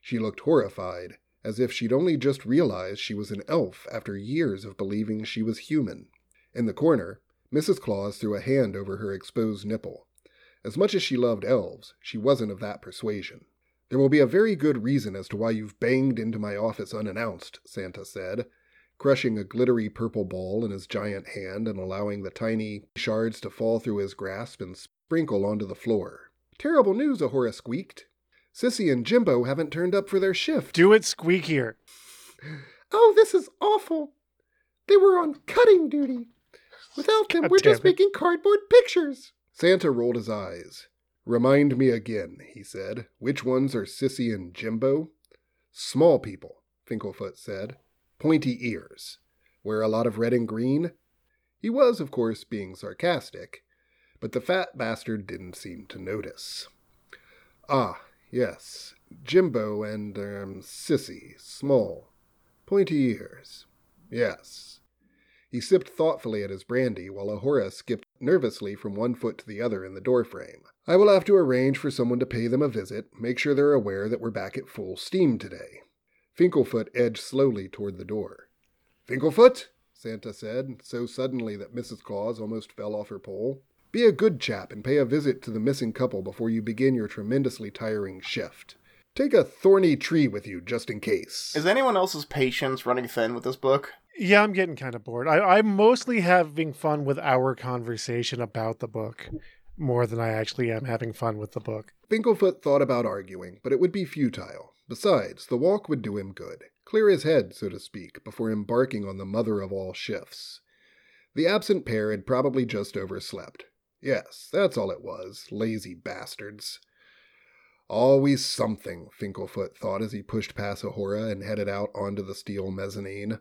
She looked horrified, as if she'd only just realized she was an elf after years of believing she was human. In the corner, Mrs. Claus threw a hand over her exposed nipple. As much as she loved elves, she wasn't of that persuasion. There will be a very good reason as to why you've banged into my office unannounced, Santa said, crushing a glittery purple ball in his giant hand and allowing the tiny shards to fall through his grasp and sprinkle onto the floor. Terrible news, Ahura squeaked. Sissy and Jimbo haven't turned up for their shift.
Do it squeakier.
Oh, this is awful. They were on cutting duty. Without them,
God
we're
damn
just
it.
making cardboard pictures. Santa rolled his eyes. Remind me again, he said, which ones are Sissy and Jimbo? Small people, Finklefoot said. Pointy ears. Wear a lot of red and green? He was, of course, being sarcastic, but the fat bastard didn't seem to notice. Ah, yes, Jimbo and, um, Sissy, small, Pointy ears. Yes. He sipped thoughtfully at his brandy while Ahura skipped nervously from one foot to the other in the doorframe. I will have to arrange for someone to pay them a visit, make sure they're aware that we're back at full steam today. Finklefoot edged slowly toward the door. Finklefoot, Santa said, so suddenly that Mrs. Claus almost fell off her pole. Be a good chap and pay a visit to the missing couple before you begin your tremendously tiring shift. Take a thorny tree with you just in case.
Is anyone else's patience running thin with this book?
Yeah, I'm getting kind of bored. I, I'm mostly having fun with our conversation about the book more than I actually am having fun with the book.
Finklefoot thought about arguing, but it would be futile. Besides, the walk would do him good, clear his head, so to speak, before embarking on the mother of all shifts. The absent pair had probably just overslept. Yes, that's all it was, lazy bastards. Always something, Finklefoot thought as he pushed past Ahura and headed out onto the steel mezzanine.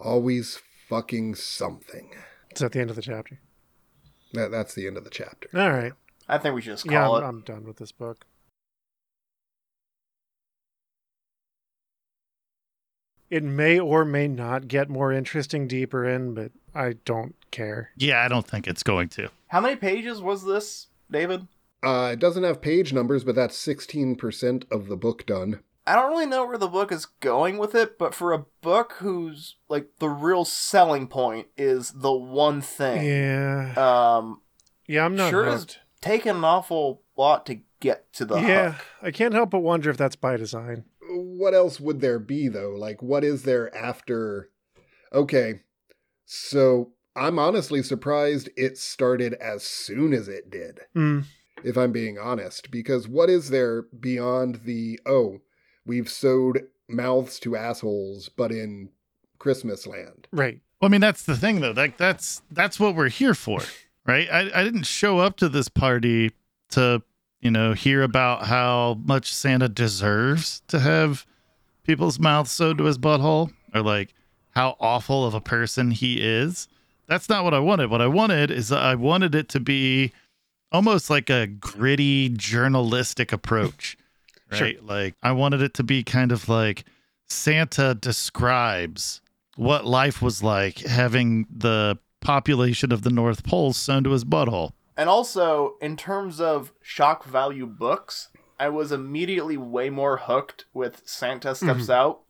Always fucking something.
It's at the end of the chapter.
That, that's the end of the chapter.
All right.
I think we should just
Yeah,
call
I'm,
it.
I'm done with this book. It may or may not get more interesting deeper in, but I don't care.
Yeah, I don't think it's going to.
How many pages was this, David?
Uh, it doesn't have page numbers, but that's 16% of the book done.
I don't really know where the book is going with it, but for a book whose like the real selling point is the one thing,
Yeah.
um,
Yeah, I'm not
sure
hooked.
is taking an awful lot to get to the
yeah,
hook.
I can't help but wonder if that's by design.
what else would there be though? Like what is there after Okay. So I'm honestly surprised it started as soon as it did,
Mm.
if I'm being honest, because what is there beyond the oh, We've sewed mouths to assholes, but in Christmas land.
Right.
Well, I mean, that's the thing, though. Like, that's that's what we're here for, right? I, I didn't show up to this party to, you know, hear about how much Santa deserves to have people's mouths sewed to his butthole, or like how awful of a person he is. That's not what I wanted. What I wanted is I wanted it to be almost like a gritty journalistic approach,
Sure.
right? Like, I wanted it to be kind of like Santa describes what life was like having the population of the North Pole sewn to his butthole.
And also, in terms of shock value books, I was immediately way more hooked with Santa Steps Out.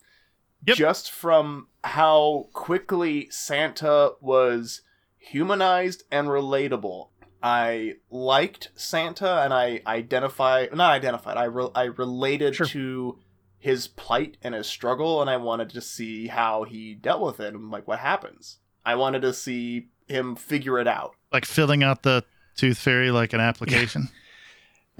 Yep.
Just from how quickly Santa was humanized and relatable. I liked Santa and I identified, not identified, I, re- I related
Sure.
to his plight and his struggle, and I wanted to see how he dealt with it and like what happens. I wanted to see him figure it out.
Like filling out the tooth fairy like an application.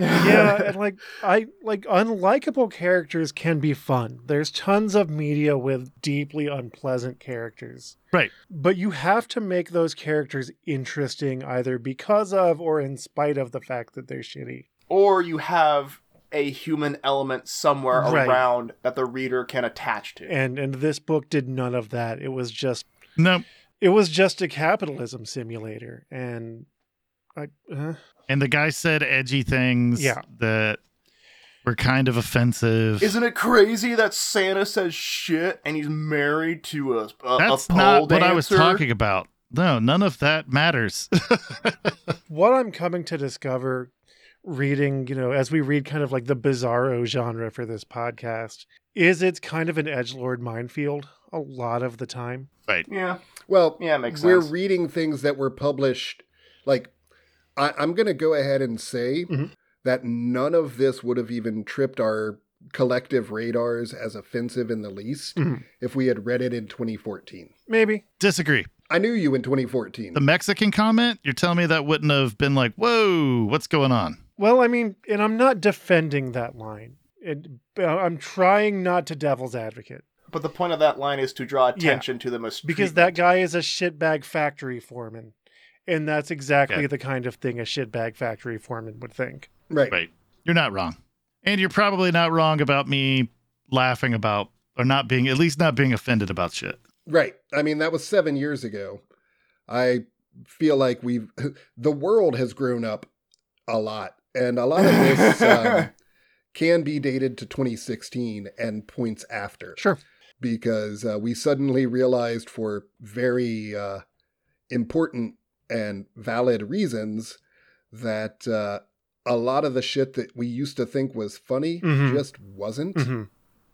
yeah, and like I like unlikable characters can be fun. There's tons of media with deeply unpleasant characters.
Right.
But you have to make those characters interesting either because of or in spite of the fact that they're shitty.
or you have a human element somewhere
Right.
around that the reader can attach to.
And and this book did none of that. It was just
No.
it was just a capitalism simulator and I uh,
And the guy said edgy things
Yeah.
that were kind of offensive.
Isn't it crazy that Santa says shit and he's married to a, a a
That's
pole
not what I was
dancer?
talking about. No, none of that matters.
what I'm coming to discover reading, you know, as we read kind of like the bizarro genre for this podcast, is it's kind of an edgelord minefield a lot of the time.
Yeah,
Well,
yeah, it makes
we're
sense.
reading things that were published. Like, I, I'm going to go ahead and say
Mm-hmm.
Mhm.
that none of this would have even tripped our collective radars as offensive in the least
Mm-hmm.
Mhm.
if we had read it in 2014.
Maybe.
Disagree.
I knew you in 2014.
The Mexican comment, you're telling me that wouldn't have been like, whoa, what's going on?
Well, I mean, and I'm not defending that line. And uh, I'm trying not to devil's advocate
but the point of that line is to draw attention to the mistreatment.
because that guy is a shitbag factory foreman. And that's exactly
Yeah.
the kind of thing a shitbag factory foreman would think.
right.
Right. You're not wrong. And you're probably not wrong about me laughing about or not being, at least not being offended about shit.
Right. I mean, that was seven years ago. I feel like we've, the world has grown up a lot. And a lot of this um, can be dated to 2016 and points after.
Sure.
because uh, we suddenly realized for very uh, important and valid reasons that uh, a lot of the shit that we used to think was funny
Mhm.
just wasn't.
Mm-hmm.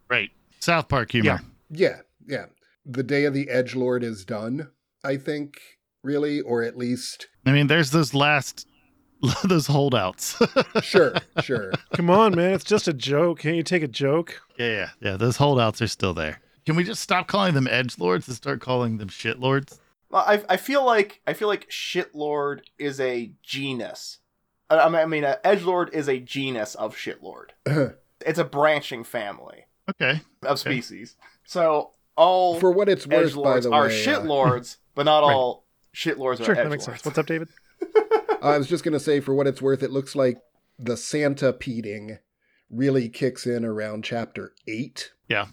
Right. South Park humor.
Yeah.
Yeah, yeah. The day of the edge lord is done, I think, really, or at least
I mean, there's those last, those holdouts. yeah,
sure, sure.
Come on, man. It's just a joke. Can't you take a joke?
yeah, yeah. Those holdouts are still there. Can we just stop calling them edge lords and start calling them shit lords?
Well, I, I feel like I feel like shitlord is a genus. I, I mean- I mean, uh, edgelord is a genus of shitlord. It's a branching family
Okay.
of species. So all
for what it's worth, by
edgelords
the
are
way,
shit
uh,
lords, but not
Right.
all shit lords are
Sure,
edgelords.
that makes sense. What's up, David?
I was just gonna say, for what it's worth, it looks like the Santa peating really kicks in around chapter eight.
Yeah.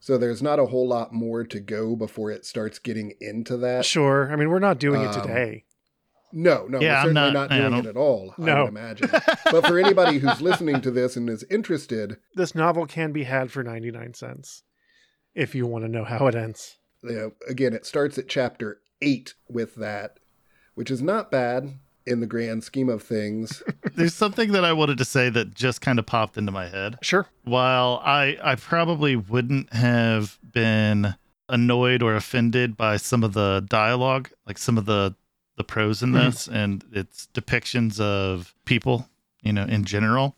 So there's not a whole lot more to go before it starts getting into that.
Sure. I mean, we're not doing it
Uh, Um,
today.
No, no,
Yeah, I'm
we're certainly
not-
not,
yeah, I
doing it
don't-
at all. I
No.
would imagine. but for anybody who's listening to this and is interested,
This novel can be had for 99 cents if you want to know how it ends.
you know, again, it starts at chapter eight with that, which is not bad in the grand scheme of things.
There's something that I wanted to say that just kind of popped into my head.
Sure.
while I I probably wouldn't have been annoyed or offended by some of the dialogue, like some of the the prose in
Mhm.
this and its depictions of people, you know, in general.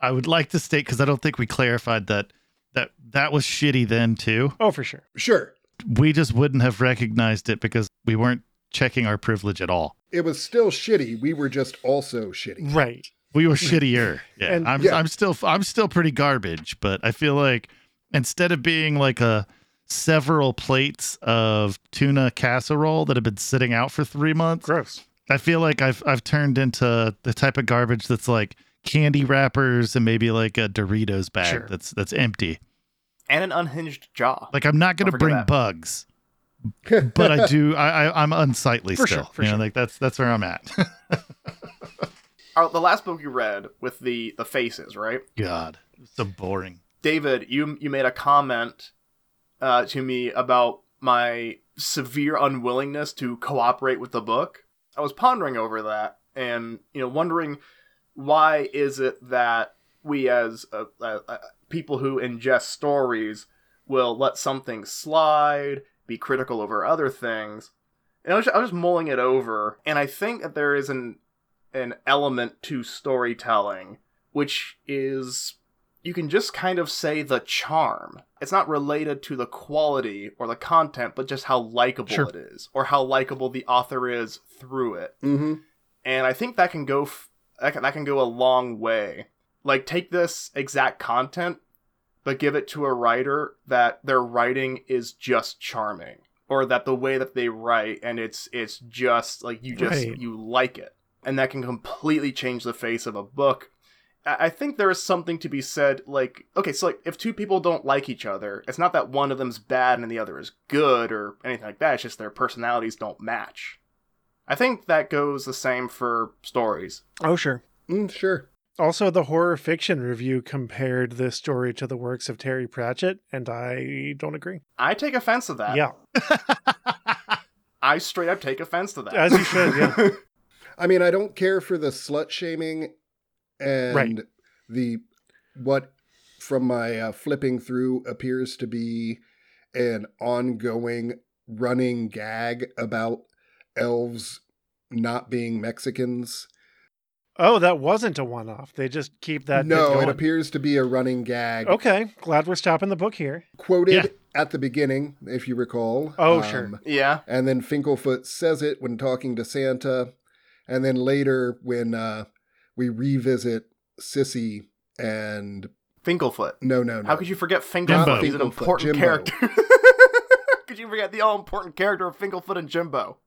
I would like to state because I don't think we clarified that that that was shitty then too.
Oh, for sure.
sure,
We just wouldn't have recognized it because we weren't checking our privilege at all.
it was still shitty. We were just also shitty.
Right.
We were shittier. Yeah,
And-
I'm
Yeah.
I'm still I'm still pretty garbage, but I feel like instead of being like a several plates of tuna casserole that have been sitting out for three months,
Gross.
I feel like I've I've turned into the type of garbage that's like candy wrappers and maybe like a Doritos bag
Sure.
that's that's empty.
and an unhinged jaw.
Like I'm not gonna
forget
bring
that.
bugs, but I do. I, I I'm unsightly
For
still.
sure, for
you
sure.
know, like that's that's where I'm at.
Uh, the last book you read with the the faces, right?
God, it's so boring.
David, you you made a comment uh, to me about my severe unwillingness to cooperate with the book. I was pondering over that, and you know, wondering why is it that we as uh, uh, uh, people who ingest stories will let something slide, be critical over other things. And I was, I was just mulling it over, and I think that there is an an element to storytelling which is you can just kind of say the charm. It's not related to the quality or the content, but just how likable
Sure.
it is, or how likable the author is through it
mm-hmm.
and I think that can go f- that can, that can go a long way. Like take this exact content, but give it to a writer that their writing is just charming, or that the way that they write and it's it's just like you just
Right.
you like it, and that can completely change the face of a book. I I think there is something to be said. Like, okay, so like if two people don't like each other, it's not that one of them's bad and the other is good or anything like that. It's just their personalities don't match. I think that goes the same for stories.
Oh, sure.
Mm, sure.
Also, the horror fiction review compared this story to the works of Terry Pratchett, and I don't agree.
I take offense to
Ah.
that.
yeah,
I straight up take offense to that.
as you should. Yeah,
I mean, I don't care for the slut shaming and
Right.
the what from my uh, flipping through appears to be an ongoing running gag about elves not being Mexicans.
Oh, that wasn't a one-off. They just keep that. bit
no, it
going.
appears to be a running gag.
Okay, glad we're stopping the book here.
Quoted
Yeah.
at the beginning, if you recall. Um,
Oh, sure.
yeah.
And then Finklefoot says it when talking to Santa. And then later, when uh, we revisit Sissy and
Finklefoot.
no, no, no.
How could you forget Finklefoot?
Jimbo.
He's an
Finklefoot,
important
Jimbo.
character. could you forget the all important character of Finklefoot and Jimbo?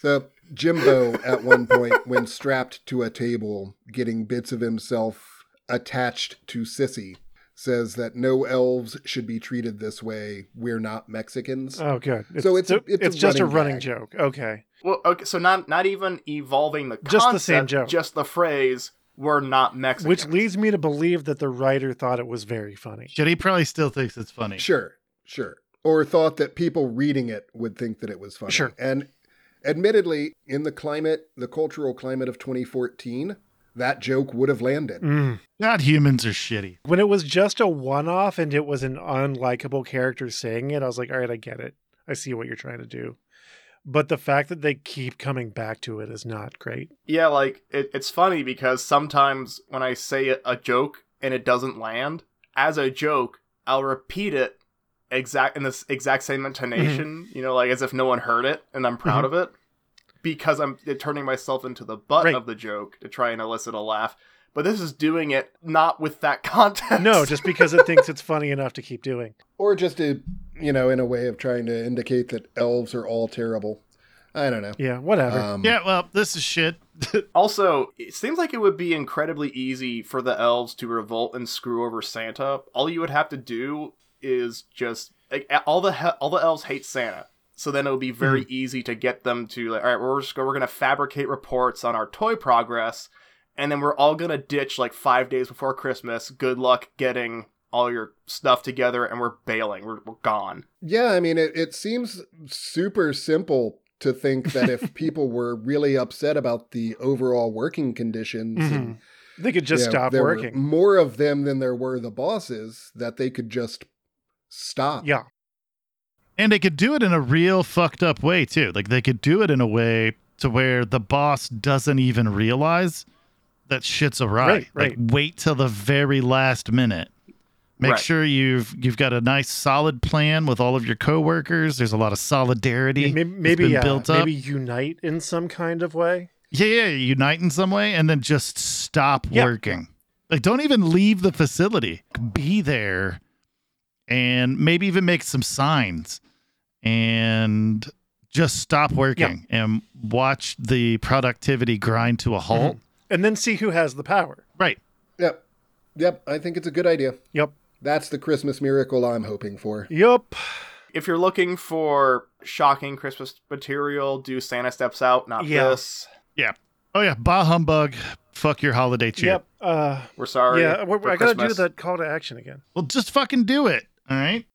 So Jimbo, at one point, when strapped to a table, getting bits of himself attached to Sissy, says that no elves should be treated this way. We're not Mexicans.
Oh, good.
So it's a- it's a
just a running
running
joke. Okay.
Well, okay, so not not even evolving the concept,
Just the same joke.
just the phrase "we're not Mexican,"
Which leads me to believe that the writer thought it was very funny.
Shit, he probably still thinks it's funny.
Sure, sure. Or thought that people reading it would think that it was funny.
Sure.
And admittedly, in the climate, the cultural climate of 2014, that joke would have landed.
Mm.
God, humans are shitty.
When it was just a one-off and it was an unlikable character saying it, I was like, all right, I get it. I see what you're trying to do. But the fact that they keep coming back to it is not great.
Yeah, like it, it's funny because sometimes when I say a, a joke and it doesn't land as a joke, I'll repeat it exact in this exact same intonation,
Mm-hmm.
you know, like as if no one heard it, and I'm proud of it because I'm turning myself into the butt
Right.
of the joke to try and elicit a laugh. But this is doing it not with that context.
No, just because it thinks it's funny enough to keep doing.
Or just a, you know, in a way of trying to indicate that elves are all terrible. I don't know.
Yeah, whatever.
Um,
Yeah, well, this is shit.
Also, it seems like it would be incredibly easy for the elves to revolt and screw over Santa. All you would have to do is just like, all the he- all the elves hate Santa, so then it would be very easy to get them to like, all right, we're just go- we're gonna fabricate reports on our toy progress, and then we're all gonna ditch like five days before Christmas. Good luck getting all your stuff together, and we're bailing. We're, we're gone.
Yeah, I mean, it, it seems super simple to think that if people were really upset about the overall working conditions,
Mhm.
and,
They could just
you know,
stop
there were
working.
more of them than there were the bosses, that they could just stop.
Yeah.
And they could do it in a real fucked up way too. Like they could do it in a way to where the boss doesn't even realize that shit's awry.
Right,
Like
right.
wait till the very last minute. Make
Right.
sure you've you've got a nice solid plan with all of your coworkers. There's a lot of solidarity.
Maybe maybe,
been
uh,
built up.
maybe unite in some kind of way.
Yeah, yeah, unite in some way and then just stop
Yeah.
working. Like don't even leave the facility. Be there and maybe even make some signs and just stop working and watch the productivity grind to a halt.
and then see who has the power.
Right.
Yep. Yep. I think it's a good idea.
Yep.
That's the Christmas miracle I'm hoping for.
Yep.
If you're looking for shocking Christmas material, do Santa Steps Out, not
Yeah.
this.
Oh yeah, bah humbug. Fuck your holiday cheer.
Yep. Uh,
We're sorry.
yeah, we
for
I gotta do
Christmas.
that call to action again.
Well, just fucking do it. All right.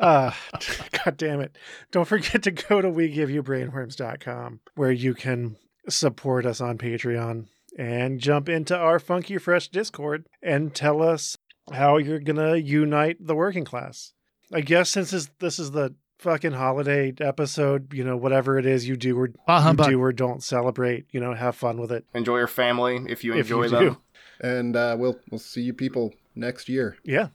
Uh, God damn it. Don't forget to go to wegiveyoubrainworms.com where you can support us on Patreon and jump into our Funky Fresh Discord and tell us how you're going to unite the working class. I guess since this, this is the fucking holiday episode, you know, whatever it is you do or
bah
you
humbug.
do or don't celebrate, you know, have fun with it.
Enjoy your family if you
If you
enjoy
do.
them.
And uh, we'll we'll see you people next year.
Yeah.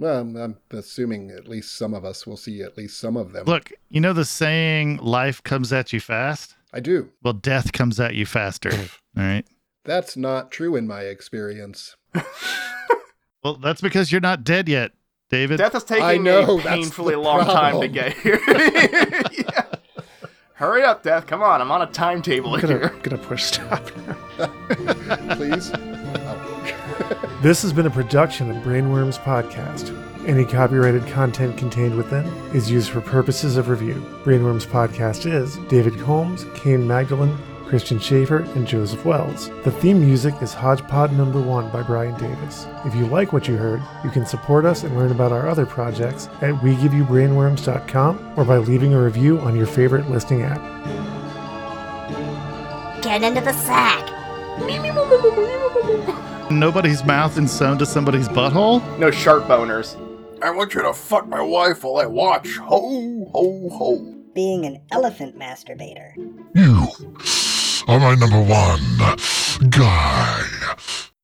Well, I'm, I'm assuming at least some of us will see at least some of them.
Look, you know the saying, life comes at you fast?
I do.
Well, death comes at you faster. All right.
That's not true in my experience.
Well, that's because you're not dead yet, David.
Death is
I
taking
know,
a
that's
painfully
the
long time to
problem.
get here. Yeah. Hurry up, Death. Come on, I'm on a timetable
I'm gonna,
here.
gonna push stop.
Please. Oh.
This has been a production of Brainworms Podcast. Any copyrighted content contained within is used for purposes of review. Brainworms Podcast is David Combs, Kane Magdalene, Christian Schaefer, and Joseph Wells. The theme music is Hodgepod Number One by Brian Davis. If you like what you heard, you can support us and learn about our other projects at WeGiveYouBrainworms.com or by leaving a review on your favorite listening app.
Get into the sack.
Nobody's mouth and sewn to somebody's butthole?
No sharp boners.
I want you to fuck my wife while I watch. Ho, ho, ho.
being an elephant masturbator.
You are my number one guy.